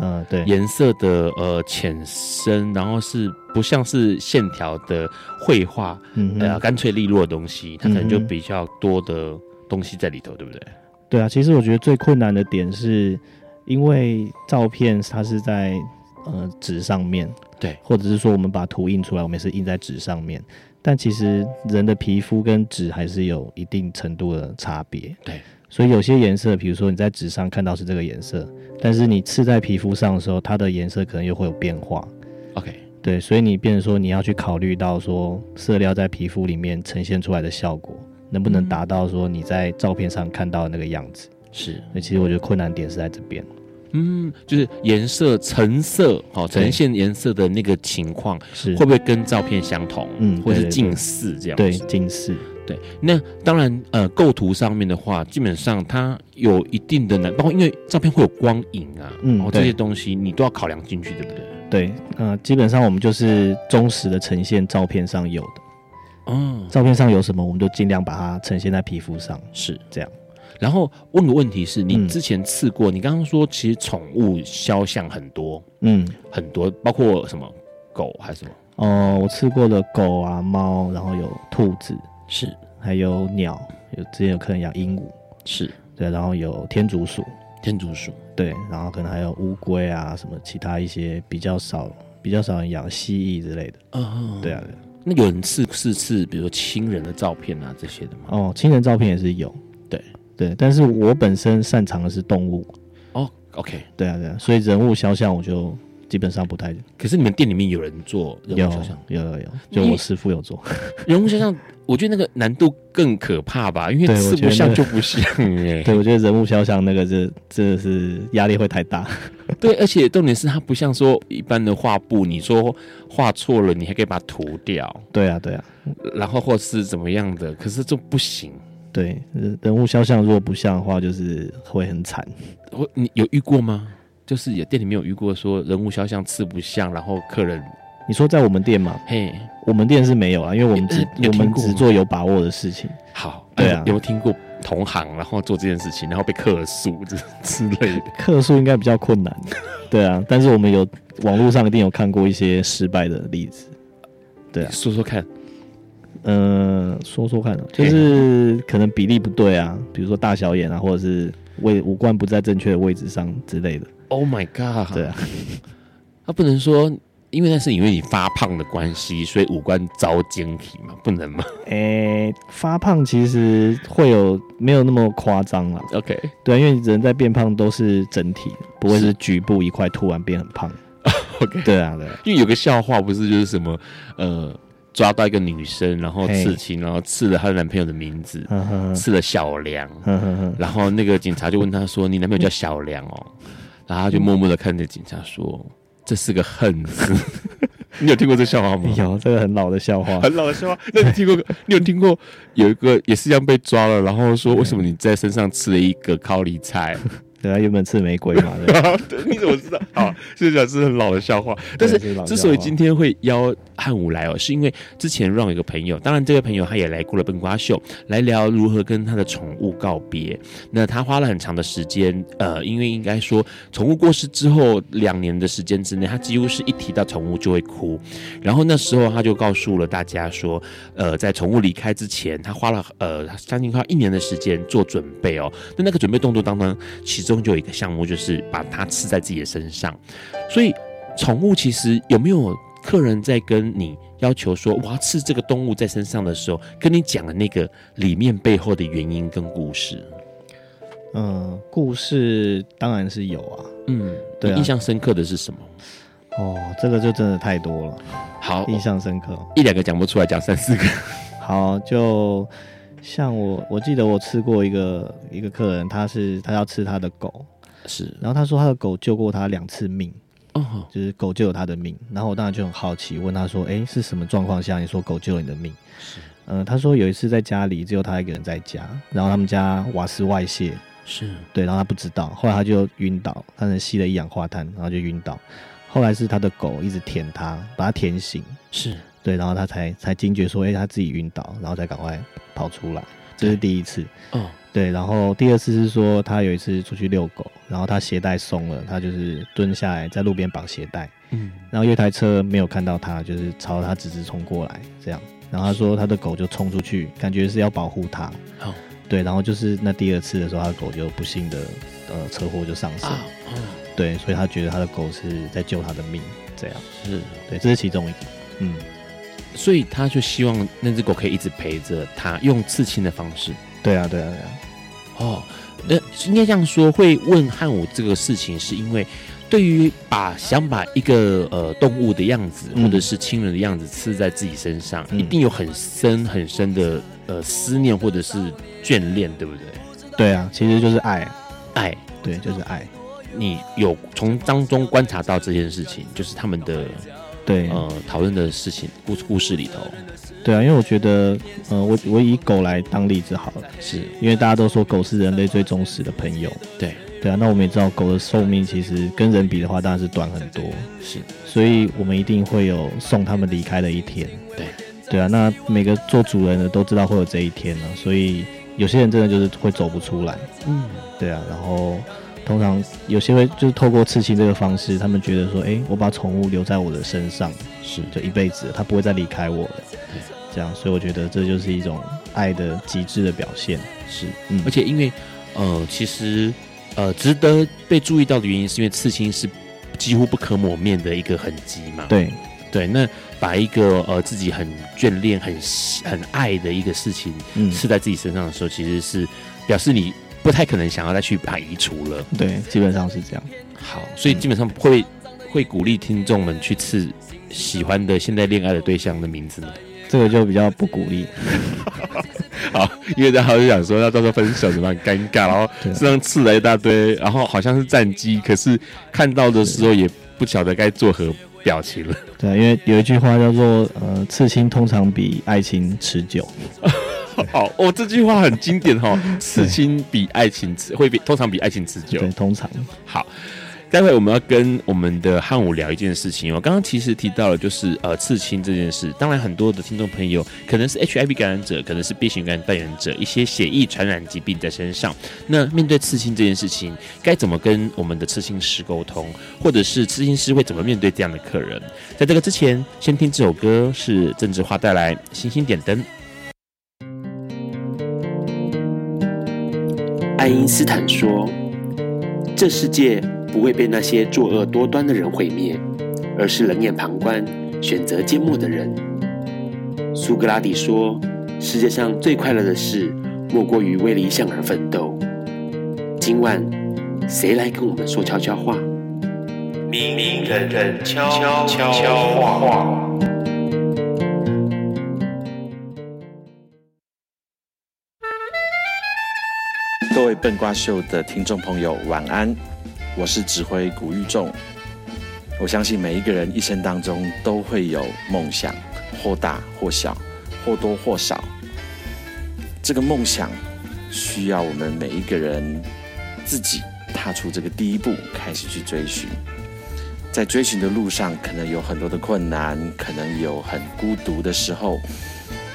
S2: 嗯、对，
S1: 颜色的呃浅深，然后是不像是线条的绘画，
S2: 嗯哼
S1: 呃干脆利落的东西，它可能就
S2: 嗯哼
S1: 比较多的东西在里头，对不对？
S2: 对啊，其实我觉得最困难的点是，因为照片它是在呃纸上面，
S1: 对，
S2: 或者是说我们把图印出来，我们也是印在纸上面，但其实人的皮肤跟纸还是有一定程度的差别，
S1: 对，
S2: 所以有些颜色，比如说你在纸上看到是这个颜色，但是你刺在皮肤上的时候，它的颜色可能又会有变化。
S1: OK，
S2: 对，所以你变成说你要去考虑到说色料在皮肤里面呈现出来的效果，能不
S1: 嗯
S2: 能达到说你在照片上看到的那个样子。
S1: 是，
S2: 所以其实我觉得困难点是在这边。
S1: 嗯，就是颜色、橙色，好、呈现颜色的那个情况，
S2: 是
S1: 会不会跟照片相同，
S2: 嗯
S1: 或是
S2: 对对
S1: 近似这样
S2: 对
S1: 子？
S2: 近似，
S1: 对，那当然，呃，构图上面的话，基本上它有一定的难，包括因为照片会有光影啊，
S2: 嗯
S1: 哦，这
S2: 对
S1: 些东西你都要考量进去，对不对？
S2: 对，呃，基本上我们就是忠实的呈现照片上有的，
S1: 嗯，
S2: 照片上有什么，我们就尽量把它呈现在皮肤上。
S1: 是
S2: 这样。
S1: 然后问个问题是你
S2: 嗯
S1: 之前刺过，你刚刚说其实宠物肖像很多
S2: 嗯，
S1: 很多，包括什么狗还是什么？
S2: 哦、我吃过的狗啊、猫，然后有兔子，
S1: 是
S2: 还有鸟，有之前有客人养鹦鹉，
S1: 是
S2: 对，然后有天竺鼠，
S1: 天竺鼠，
S2: 对，然后可能还有乌龟啊，什么其他一些比较少、比较少人养蜥蜴之类的。
S1: 嗯，
S2: 对啊，对啊
S1: 那有人刺是刺，比如说亲人的照片啊这些的吗？
S2: 哦，亲人照片也是有，
S1: 对
S2: 对，但是我本身擅长的是动物，
S1: 哦，OK。
S2: 对啊，对啊，所以人物肖像我就基本上不太
S1: 可是你们店里面有人做人
S2: 有
S1: 物肖像，
S2: 有有有，
S1: 因
S2: 就
S1: 为
S2: 我师傅有做，
S1: 人物肖像，我觉得那个难度更可怕吧，因为
S2: 对
S1: 刺
S2: 我觉
S1: 不
S2: 得
S1: 像
S2: 那
S1: 就不像哎、
S2: 对我觉得人物肖像那个这这是压力会 太大，
S1: 对，而且重点是它不像说一般的画布，你说画错了，你还可以把它涂掉，
S2: 对啊对啊
S1: 然后或是怎么样的，可是这不行。
S2: 对，人人物肖像如果不像的话，就是会很惨，
S1: 我你有遇过吗？就是有店里面有遇过说人物肖像刺不像，然后客人
S2: 你说在我们店嘛，
S1: 嘿
S2: 我们店是没有啊，因为我们只
S1: 你有
S2: 我
S1: 听
S2: 们
S1: 过吗
S2: 只做有把握的事情，
S1: 好，
S2: 对
S1: 有
S2: 啊
S1: 有没有听过同行然后做这件事情，然后被客诉之之类的？
S2: 克数应该比较 困难，对啊，但是我们有网络上一定有看过一些失败的例子。对啊
S1: 说说看，
S2: 嗯，说说看哦，就是可能比例不对啊，比如说大小眼啊，或者是位五官不在正确的位置上之类的。
S1: Oh my god！
S2: 对，啊，
S1: 他不能说，因为那是因为你发胖的关系，所以五官遭晶体嘛，不能嘛
S2: 诶、发胖其实会有没有那么夸张啦？
S1: ？OK，
S2: 对啊，因为人在变胖都是整体，不会
S1: 是
S2: 是局部一块突然变很 胖。
S1: OK
S2: 对啊，对啊，
S1: 因为有个笑话不是就是什么呃，抓到一个女生，然后
S2: 嘿
S1: 刺青，然后刺了她男朋友的名字，
S2: 哼嗯哼嗯
S1: 刺了小梁，
S2: 哼哼哼，
S1: 然后那个警察就问他说：“你男朋友叫小梁哦？”然后
S2: 嗯
S1: 他就默默的看着警察说：“这是个恨字。” 你有听过这笑话吗？
S2: 有哎这个很老的笑 话，
S1: 很老的笑话。那你听过？ 你有听过有一个也是一样被抓了，然后说为什么你在身上吃了一个高丽菜？
S2: 对啊他原本刺玫瑰嘛，对
S1: 对 你怎么知道？好，这讲是很老的笑话。 但是
S2: 对这老笑
S1: 之
S2: 话
S1: 所以今天会邀汉武来哦，是因为之前让一个朋友，当然这位朋友他也来过了笨瓜秀，来聊如何跟他的宠物告别。那他花了很长的时间，呃，因为应该说宠物过世之后两年的时间之内，他几乎是一提到宠物就会哭。然后那时候他就告诉了大家说，呃，在宠物离开之前，他花了呃将近快一年的时间做准备哦。那那个准备动作当中，其中就有一个项目就是把它刺在自己的身上。所以，宠物其实有没有客人在跟你要求说我要刺这个动物在身上的时候，跟你讲的那个里面背后的原因跟故事？
S2: 嗯，故事当然是有啊。
S1: 嗯，
S2: 对啊
S1: 你印象深刻的是什么？
S2: 哦，这个就真的太多了，
S1: 好，
S2: 印象深刻。哦
S1: 一两个讲不出来，讲三四个。
S2: 好，就像我，我记得我吃过一个一个客人，他是他要吃他的狗，
S1: 是
S2: 然后他说他的狗救过他两次命，
S1: 哦，
S2: 就是狗救了他的命。然后我当然就很好奇，问他说：“诶，是什么状况下你说狗救了你的命？”嗯、他说有一次在家里只有他一个人在家，然后他们家瓦斯外泄，
S1: 是
S2: 对，然后他不知道，后来他就晕倒，他能吸了一氧化碳，然后就晕倒。后来是他的狗一直舔他，把他舔醒，
S1: 是，
S2: 对，然后他才才惊觉说，哎、他自己晕倒，然后才赶快跑出来。这是第一次，
S1: 哦，
S2: 对，然后第二次是说他有一次出去遛狗，然后他鞋带松了，他就是蹲下来在路边绑鞋带，
S1: 嗯，
S2: 然后有一台车没有看到他，就是朝他直直冲过来这样，然后他说他的狗就冲出去，感觉是要保护他，
S1: 好
S2: 对，然后就是那第二次的时候，他的狗就不幸的呃车祸就上身，
S1: 啊，哦，
S2: 对，所以他觉得他的狗是在救他的命，这样，
S1: 是。
S2: 对，这是其中一个，嗯，
S1: 所以他就希望那只狗可以一直陪着他，用刺青的方式。
S2: 对啊，对啊，对啊，
S1: 哦，呃，应该这样说，会问汉武这个事情，是因为对于把想把一个呃动物的样子，
S2: 嗯
S1: 或者是亲人的样子刺在自己身上，
S2: 嗯
S1: 一定有很深很深的呃思念或者是眷恋，对不对？
S2: 对啊，其实就是爱，
S1: 爱，
S2: 对，就是爱，
S1: 哎你有从当中观察到这件事情，就是他们的
S2: 对，
S1: 呃讨论的事情故故事里头
S2: 对啊，因为我觉得，呃，我我以狗来当例子好了，
S1: 是
S2: 因为大家都说狗是人类最忠实的朋友，
S1: 对
S2: 对啊，那我们也知道狗的寿命其实跟人比的话，当然是短很多，
S1: 是
S2: 所以我们一定会有送他们离开的一天。
S1: 对，
S2: 对啊，那每个做主人的都知道会有这一天呢、所以有些人真的就是会走不出来。
S1: 嗯
S2: 对啊，然后通常有些会就是透过刺青这个方式，他们觉得说，诶，我把宠物留在我的身上，
S1: 是
S2: 就一辈子了，它不会再离开我了。这样，所以我觉得这就是一种爱的极致的表现。
S1: 是
S2: 嗯
S1: 而且因为，呃，其实，呃，值得被注意到的原因是因为刺青是几乎不可磨灭的一个痕迹嘛。
S2: 对
S1: 对，那把一个呃自己很眷恋、很喜很爱的一个事情
S2: 嗯，
S1: 刺在自己身上的时候，其实是表示你不太可能想要再去把它移除了。
S2: 对，基本上是这样。
S1: 好，所以基本上会、会鼓励听众们去刺喜欢的现在恋爱的对象的名字吗？
S2: 这个就比较不鼓励。
S1: 好，因为然后就想说，那到时候分手怎么样很尴尬，然后
S2: 对
S1: 身上刺了一大堆，然后好像是战机，可是看到的时候也不晓得该作何表情了。
S2: 对啊，因为有一句话叫做呃，刺青通常比爱情持久。
S1: 好， 哦，这句话很经典哦，刺青比爱情持会比通常比爱情持久
S2: 对，。通常
S1: 好。待会我们要跟我们的汉武聊一件事情哦。刚刚其实提到了，就是呃刺青这件事。当然，很多的听众朋友可能是 HIV 感染者，可能是 B 型肝代言者，一些血液传染疾病在身上。那面对刺青这件事情，该怎么跟我们的刺青师沟通，或者是刺青师会怎么面对这样的客人？在这个之前，先听这首歌，是郑智化带来《星星点灯》。
S3: 爱因斯坦说：“这世界不会被那些作恶多端的人毁灭，而是冷眼旁观、选择缄默的人。”苏格拉底说：“世界上最快乐的事，莫过于为理想而奋斗。”今晚，谁来跟我们说悄悄话？
S4: 名名人人悄悄悄话。
S5: 各位笨瓜秀的听众朋友，晚安！我是指挥古玉仲。我相信每一个人一生当中都会有梦想，或大或小，或多或少。这个梦想需要我们每一个人自己踏踏出这个第一步，开始去追寻。在追寻的路上，可能有很多的困难，可能有很孤独的时候，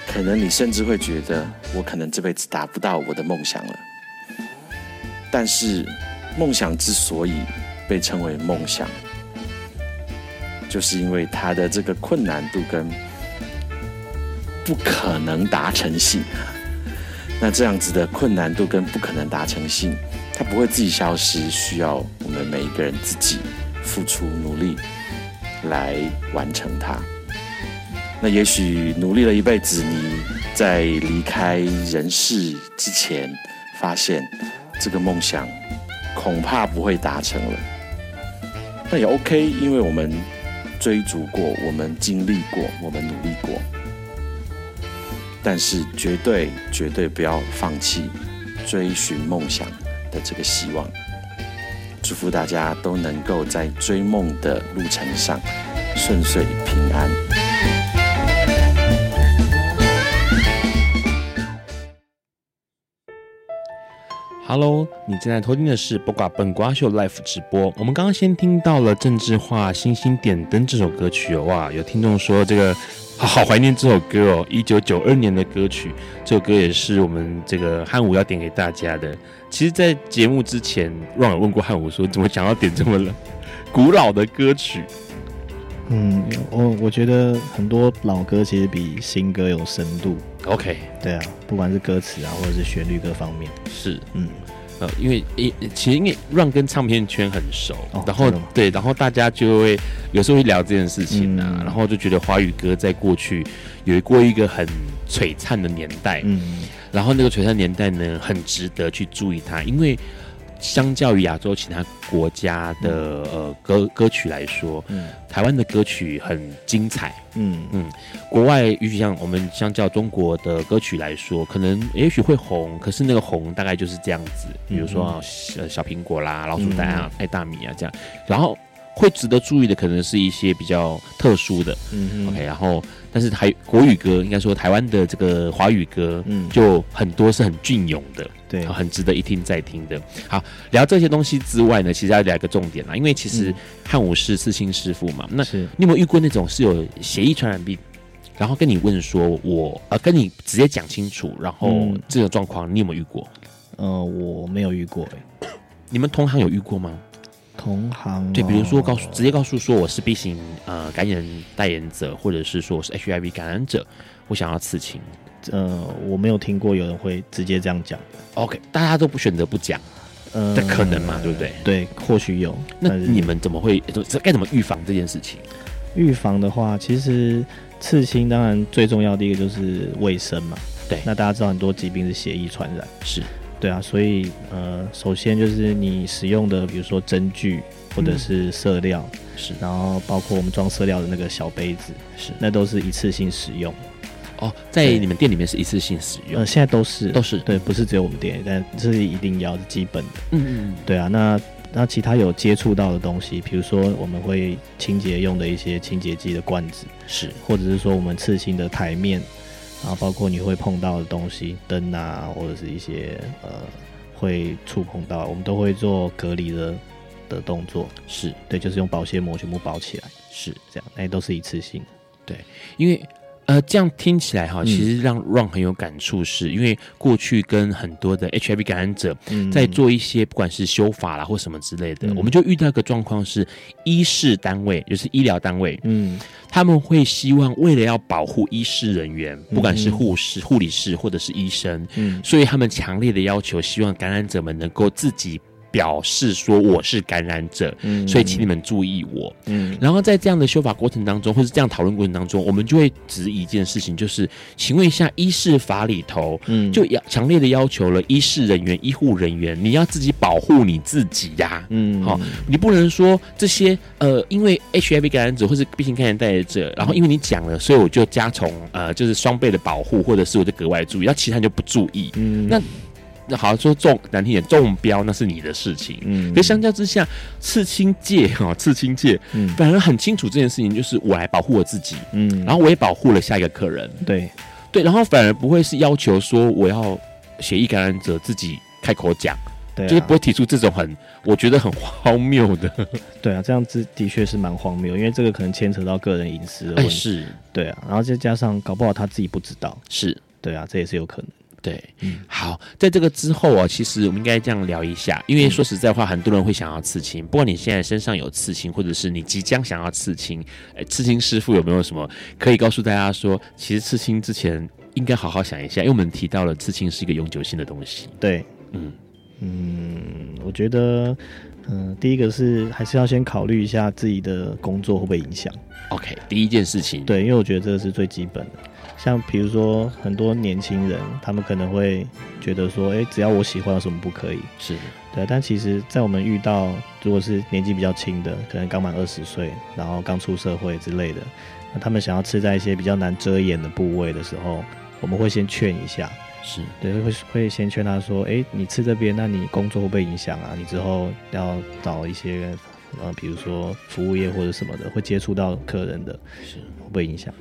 S5: 可能你甚至会觉得，我可能这辈子达不到我的梦想了。但是，梦想之所以被称为梦想，就是因为它的这个困难度跟不可能达成性。那这样子的困难度跟不可能达成性，它不会自己消失，需要我们每一个人自己付出努力来完成它。那也许努力了一辈子，你在离开人世之前，发现这个梦想恐怕不会达成了。那也 OK，因为我们追逐过，我们经历过，我们努力过。但是绝对绝对不要放弃追寻梦想的这个希望。祝福大家都能够在追梦的路程上顺遂平安。
S1: Hello，你正在偷听的是《八卦本瓜秀》Live 直播。我们刚刚先听到了郑智化《星星点灯》这首歌曲哦，哇，有听众说这个 好好怀念这首歌哦，一九九二年的歌曲，这首歌也是我们这个汉武要点给大家的。其实，在节目之前，让我问过汉武说，怎么想要点这么了古老的歌曲？
S2: 嗯，我我觉得很多老歌其实比新歌有深度，
S1: OK，
S2: 对啊，不管是歌词啊，或者是旋律各方面，
S1: 是，
S2: 嗯，
S1: 呃，因为一其实因为 Run 跟唱片圈很熟，
S2: 哦
S1: 然后
S2: 真的吗
S1: 对，然后大家就会有时候会聊这件事情啊，
S2: 嗯
S1: 然后就觉得华语歌在过去有过一个很璀璨的年代，
S2: 嗯，
S1: 然后那个璀璨年代呢，很值得去注意它，因为相较于亚洲其他国家的、呃歌歌曲来说，
S2: 嗯
S1: 台湾的歌曲很精彩，
S2: 嗯
S1: 国外，也许像我们相较中国的歌曲来说，可能也许会红，可是那个红大概就是这样子，比
S2: 嗯
S1: 如说、啊小小苹果啦、老鼠蛋啊、爱大米啊这样，然后会值得注意的可能是一些比较特殊的、
S2: 嗯
S1: o k 然后但是台国语歌，应该说台湾的这个华语歌，
S2: 嗯
S1: 就很多是很隽永的，哦
S2: 对，
S1: 很值得一听再听的。好，聊这些东西之外呢，其实要聊一个重点啦，因为其实
S2: 嗯
S1: 汉武是刺青师傅嘛，那
S2: 是
S1: 你有没有遇过那种是有协议传染病，然后跟你问说我呃跟你直接讲清楚，然后
S2: 嗯
S1: 这种状况你有没有遇过？
S2: 呃，我没有遇过哎、
S1: 你们同行有遇过吗？
S2: 同行、啊
S1: 对，比如说告诉直接告诉说我是 B 型呃感染代言者，或者是说我是 HIV 感染者，我想要刺青。
S2: 呃，我没有听过有人会直接这样讲，
S1: OK，大家都不选择不讲，
S2: 呃，
S1: 这可能嘛，对不对？
S2: 对，或许有，
S1: 那
S2: 但是
S1: 你们怎么会呃这该怎么预防这件事情？
S2: 预防的话，其实刺青当然最重要的一个就是卫生嘛。
S1: 对
S2: 那大家知道很多疾病是血液传染，
S1: 是
S2: 对啊，所以呃，首先就是你使用的，比如说针具或者是
S1: 嗯
S2: 色料，
S1: 是
S2: 然后包括我们装色料的那个小杯子，
S1: 是
S2: 那都是一次性使用。
S1: 哦，在
S2: 对
S1: 你们店里面是一次性使用
S2: 呃，，现在都是
S1: 都是
S2: 对，不是只有我们店，但这是一定要是基本的。
S1: 嗯嗯
S2: 对啊，那那其他有接触到的东西，比如说我们会清洁用的一些清洁剂的罐子，
S1: 嗯，是
S2: 或者是说我们刺青的台面，然后包括你会碰到的东西，灯啊，或者是一些呃会触碰到，我们都会做隔离的的动作。
S1: 是
S2: 对，就是用保鲜膜全部包起来，
S1: 是，
S2: 这样那也都是一次性的。
S1: 因为呃，这样听起来哈，
S2: 嗯
S1: 其实让 Ron 很有感触是，因为过去跟很多的 HIV 感染者
S2: 嗯
S1: 在做一些不管是修法啦或什么之类的，
S2: 嗯
S1: 我们就遇到一个状况是，医事单位就是医疗单位，
S2: 嗯
S1: 他们会希望为了要保护医师人员，不管是
S2: 嗯
S1: 护士、护理师或者是医生，
S2: 嗯
S1: 所以他们强烈的要求，希望感染者们能够自己表示说我是感染者，
S2: 嗯
S1: 所以请你们注意我。
S2: 嗯
S1: 然后在这样的修法过程当中，或是这样讨论过程当中，我们就会质疑一件事情，就是请问一下，医事法里头
S2: 嗯
S1: 就要强烈的要求了医事人员、医护人员，你要自己保护你自己呀、
S2: 嗯
S1: 好你不能说这些呃，因为 HIV 感染者或是 B 型感染代言者，然后因为你讲了，所以我就加重呃，就是双倍的保护，或者是我就格外注意，然后其他人就不注意。
S2: 嗯
S1: 那那好说中难听点，中标那是你的事情。
S2: 嗯
S1: 可是相较之下，刺青界 哈、哦，刺青界
S2: 嗯
S1: 反而很清楚这件事情，就是我来保护我自己，
S2: 嗯
S1: 然后我也保护了下一个客人，
S2: 对
S1: 对，然后反而不会是要求说我要血液感染者自己开口讲，
S2: 对啊，
S1: 就是不会提出这种很我觉得很荒谬的，
S2: 对啊，这样子的确是蛮荒谬，因为这个可能牵扯到个人隐私的问
S1: 哎，
S2: 题。
S1: 是
S2: 对啊，然后再加上搞不好他自己不知道，
S1: 是。
S2: 对啊，这也是有可能。
S1: 对，
S2: 嗯
S1: 好，在这个之后啊，其实我们应该这样聊一下，因为说实在话，很多人会想要刺青，不管你现在身上有刺青，或者是你即将想要刺青，哎，刺青师傅有没有什么可以告诉大家说，其实刺青之前应该好好想一下，因为我们提到了刺青是一个永久性的东西，
S2: 对，
S1: 嗯，
S2: 嗯，我觉得，嗯、第一个是还是要先考虑一下自己的工作会不会影响。
S1: OK，第一件事情，，
S2: 对，因为我觉得这个是最基本的。像比如说很多年轻人，他们可能会觉得说，哎、只要我喜欢，有什么不可以？
S1: 是
S2: 对，啊但其实，在我们遇到如果是年纪比较轻的，可能刚满二十岁，然后刚出社会之类的，那他们想要刺在一些比较难遮掩的部位的时候，我们会先劝一下，
S1: 是，
S2: 对，会会先劝他说，哎，你吃这边，那你工作会不会影响啊？你之后要找一些，呃，比如说服务业或者什么的，会接触到客人的，
S1: 是
S2: 会不会影响？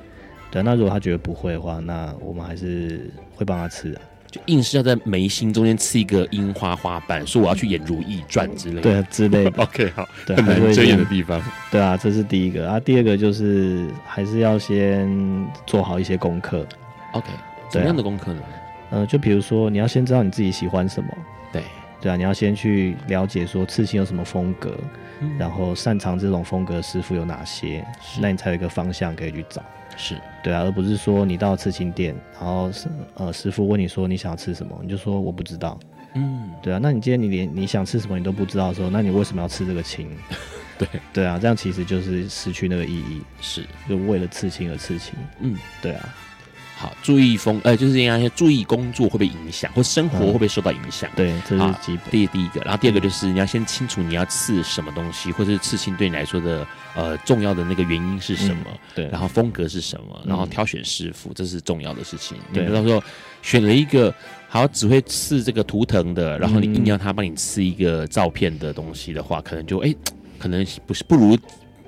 S2: 对，啊那如果他觉得不会的话，那我们还是会帮他吃啊的。
S1: 就硬是要在眉心中间刺一个樱花花瓣，说我要去演《如懿传》之类的，
S2: 对，啊之类的，
S1: ，OK，好，
S2: 对，啊
S1: 很
S2: 还是
S1: 难
S2: 会
S1: 遮掩
S2: 先
S1: 的地方，
S2: 对啊，这是第一个啊。第二个就是还是要先做好一些功课，
S1: ，OK，什
S2: 对啊
S1: 么样的功课呢？
S2: 呃，就比如说你要先知道你自己喜欢什么，
S1: 对，
S2: 对啊，你要先去了解说刺青有什么风格，
S1: 嗯
S2: 然后擅长这种风格的师傅有哪些，那你才有一个方向可以去找。
S1: 是。
S2: 对啊，而不是说你到刺青店，然后是呃师傅问你说你想要吃什么，你就说我不知道。
S1: 嗯，
S2: 对啊，那你今天你连你想吃什么你都不知道的时候，那你为什么要吃这个青？
S1: 对
S2: 对啊，这样其实就是失去那个意义，
S1: 是，
S2: 就为了刺青而刺青。
S1: 嗯，
S2: 对啊，
S1: 好，注意风，呃，就是应该说注意工作会被影响，或生活
S2: 嗯
S1: 会不会受到影响。
S2: 对，这是
S1: 啊
S2: 基本。
S1: 第第一个，然后第二个就是你要先清楚你要刺什么东西，或者是刺青对你来说的呃重要的那个原因是什么，
S2: 对，
S1: 然后风格是什么，
S2: 嗯
S1: 然后挑选师傅，这是重要的事情。你
S2: 对
S1: 不要说选了一个好只会刺这个图腾的，然后你
S2: 嗯
S1: 硬要他帮你刺一个照片的东西的话，可能就哎，可能不是不如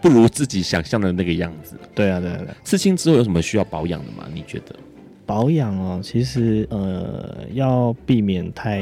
S1: 不如自己想象的那个样子。
S2: 对啊，对啊，对啊
S1: 刺青之后有什么需要保养的吗？你觉得？
S2: 保养哦，其实呃要避免太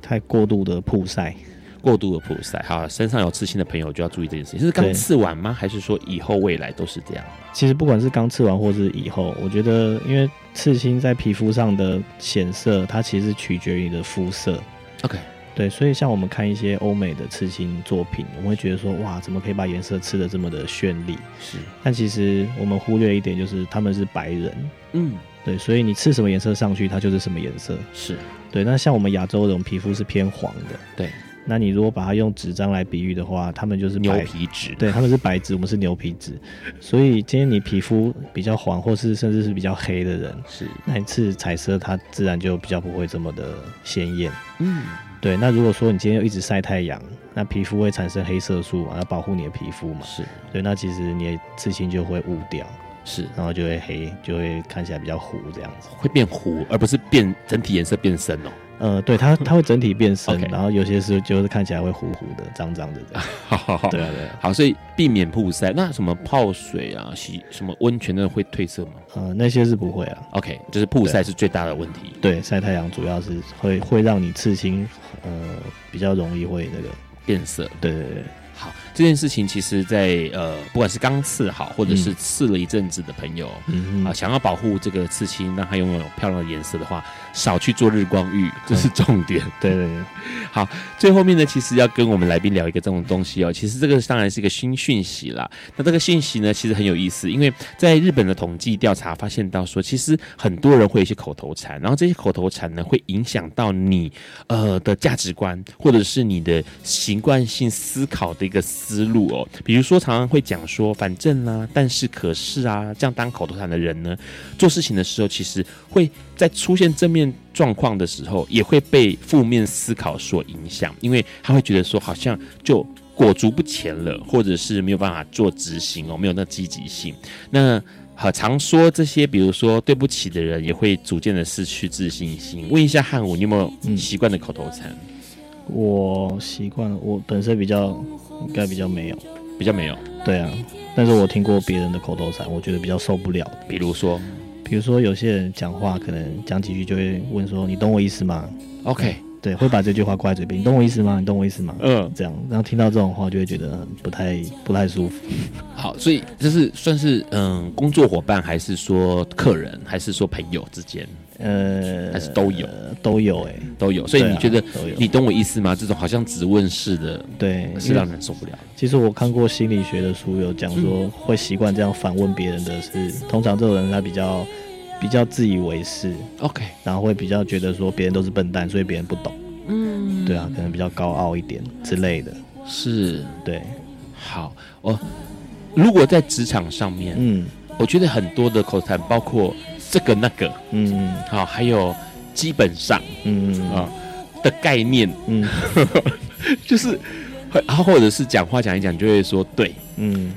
S2: 太过度的曝晒。
S1: 过度的曝晒，好，身上有刺青的朋友就要注意这件事情。是刚
S2: 对
S1: 刺完吗？还是说以后未来都是这样？
S2: 其实不管是刚刺完或是以后，我觉得因为刺青在皮肤上的显色，它其实取决于你的肤色。
S1: OK
S2: 对，所以像我们看一些欧美的刺青作品，我们会觉得说哇，怎么可以把颜色刺的这么的绚丽？
S1: 是，
S2: 但其实我们忽略一点，就是他们是白人，
S1: 嗯，
S2: 对，所以你刺什么颜色上去，它就是什么颜色。
S1: 是
S2: 对，那像我们亚洲人皮肤是偏黄的，
S1: 对，
S2: 那你如果把它用纸张来比喻的话，他们就是
S1: 牛
S2: 白，
S1: 皮纸，
S2: 对，他们是白纸，我们是牛皮纸。所以今天你皮肤比较黄，或是甚至是比较黑的人，
S1: 是，
S2: 那你刺彩色它自然就比较不会这么的鲜艳。
S1: 嗯，
S2: 对，那如果说你今天又一直晒太阳，那皮肤会产生黑色素嘛，要保护你的皮肤嘛。
S1: 是
S2: 对，那其实你的刺青就会雾掉，
S1: 是
S2: 然后就会黑，就会看起来比较糊这样子。
S1: 会变糊，而不是变整体颜色变深哦。
S2: 呃，对，它它会整体变深
S1: OK
S2: 然后有些时候就是看起来会糊糊的、脏脏的这样。
S1: 好好好
S2: 对啊，对啊。
S1: 好，所以避免曝晒。那什么泡水啊、洗什么温泉的会褪色吗
S2: 呃，那些是不会啊。
S1: ？OK，就是曝晒是最大的问题。
S2: 对，晒太阳主要是会会让你刺青，呃，比较容易会那个。
S1: 变色，
S2: 对对对，
S1: 好，这件事情其实在，呃，不管是刚刺好，或者是
S2: 嗯
S1: 刺了一阵子的朋友，
S2: 嗯
S1: 啊，
S2: 哼，
S1: 想要保护这个刺青，让它拥有漂亮的颜色的话，少去做日光浴，这
S2: 嗯
S1: 是重点。
S2: 对对对，
S1: 最后面呢，其实要跟我们来宾聊一个这种东西哦。其实这个当然是一个新讯息啦。那这个讯息呢，其实很有意思，因为在日本的统计调查发现到说，其实很多人会有一些口头禅，然后这些口头禅呢，会影响到你呃的价值观，或者是你的习惯性思考的一个思路哦。比如说，常常会讲说“反正啦、但是、可是啊”这样当口头禅的人呢，做事情的时候，其实会在出现正面状况的时候，也会被负面思考所影响，因为他会觉得说好像就裹足不前了，或者是没有办法做执行哦，没有那积极性。那好，常说这些，比如说对不起的人，也会逐渐的失去自信心。问一下汉武，你有没有
S2: 嗯
S1: 习惯的口头禅？
S2: 我习惯了，我本身比较应该比较没有，
S1: 比较没有，
S2: 对啊，但是我听过别人的口头禅，我觉得比较受不了。
S1: 比如说
S2: 比如说有些人讲话可能讲几句就会问说你懂我意思吗？
S1: ，OK，
S2: 对，会把这句话挂在嘴边，你懂我意思吗？你懂我意思吗？
S1: 嗯，
S2: 这样，然后听到这种话就会觉得很不太不太舒服。
S1: 好，所以这是算是嗯工作伙伴，还是说客人，还是说朋友之间，
S2: 呃
S1: 还，是都有、
S2: 呃都有哎、
S1: 都有？所以
S2: 对
S1: 你
S2: 啊
S1: 觉得、
S2: 都有
S1: 你懂我意思吗？这种好像质问式的，
S2: 对，
S1: 是让人受不了。
S2: 其实我看过心理学的书，有讲
S1: 嗯
S2: 说会习惯这样反问别人的是，通常这种人他比较比较自以为是，
S1: OK，
S2: 然后会比较觉得说别人都是笨蛋，所以别人不懂。嗯，对啊，可能比较高傲一点之类的。
S1: 是
S2: 对，
S1: 好哦。如果在职场上面，
S2: 嗯
S1: 我觉得很多的口才，包括这个那个，
S2: 嗯
S1: 好，还有基本上
S2: 嗯嗯
S1: 啊、的概念，
S2: 嗯
S1: 就是会，啊或者是讲话讲一讲，就会说对
S2: 嗯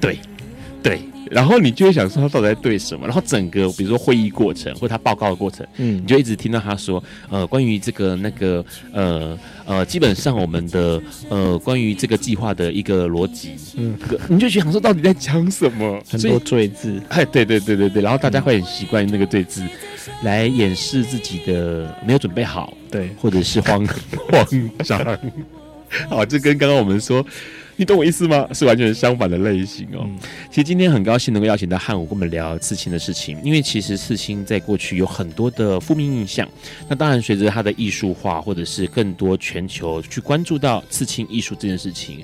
S1: 对，然后你就会想说他到底在对什么，然后整个比如说会议过程或他报告的过程，你
S2: 嗯，
S1: 就一直听到他说，呃，关于这个那个，呃呃，基本上我们的呃关于这个计划的一个逻辑，嗯
S2: 嗯，
S1: 你就想说到底在讲什么，
S2: 很
S1: 所以
S2: 多赘字。
S1: 哎，对对对对对，然后大家会很习惯那个对字，来掩饰自己的没有准备好，
S2: 对，
S1: 或者是 慌慌张。好，这跟刚刚我们说，你懂我意思吗？是完全相反的类型哦。
S2: 嗯
S1: 其实今天很高兴能够邀请到汉武跟我们聊刺青的事情，因为其实刺青在过去有很多的负面印象。那当然，随着它的艺术化，或者是更多全球去关注到刺青艺术这件事情，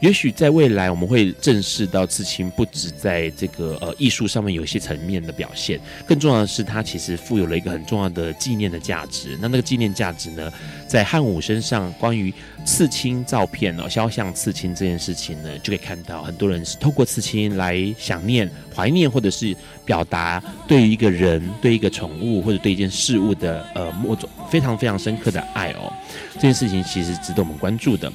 S1: 也许在未来我们会正视到刺青不止在这个呃艺术上面有一些层面的表现，更重要的是它其实富有了一个很重要的纪念的价值。那那个纪念价值呢，在汉武身上关于刺青照片哦，肖像刺青这件事情呢，就可以看到很多人是透过刺青来想念、怀念，或者是表达对于一个人、对一个宠物或者对一件事物的呃某种非常非常深刻的爱哦。这件事情其实值得我们关注的。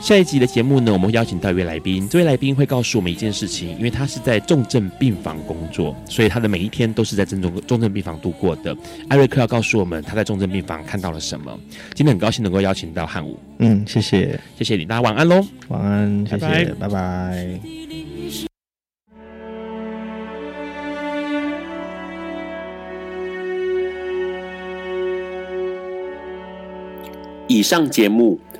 S1: 下一集的节目呢，我们会邀请到一位来宾，这位来宾会告诉我们一件事情，因为他是在重症病房工作，所以他的每一天都是在重症重症病房度过的。艾瑞克要告诉我们他在重症病房看到了什么。今天很高兴能够邀请到汉武，
S2: 嗯，谢谢，
S1: 谢谢你，大家晚安喽。
S2: 晚安，谢
S1: 拜
S2: 谢，拜拜。
S3: 以上节目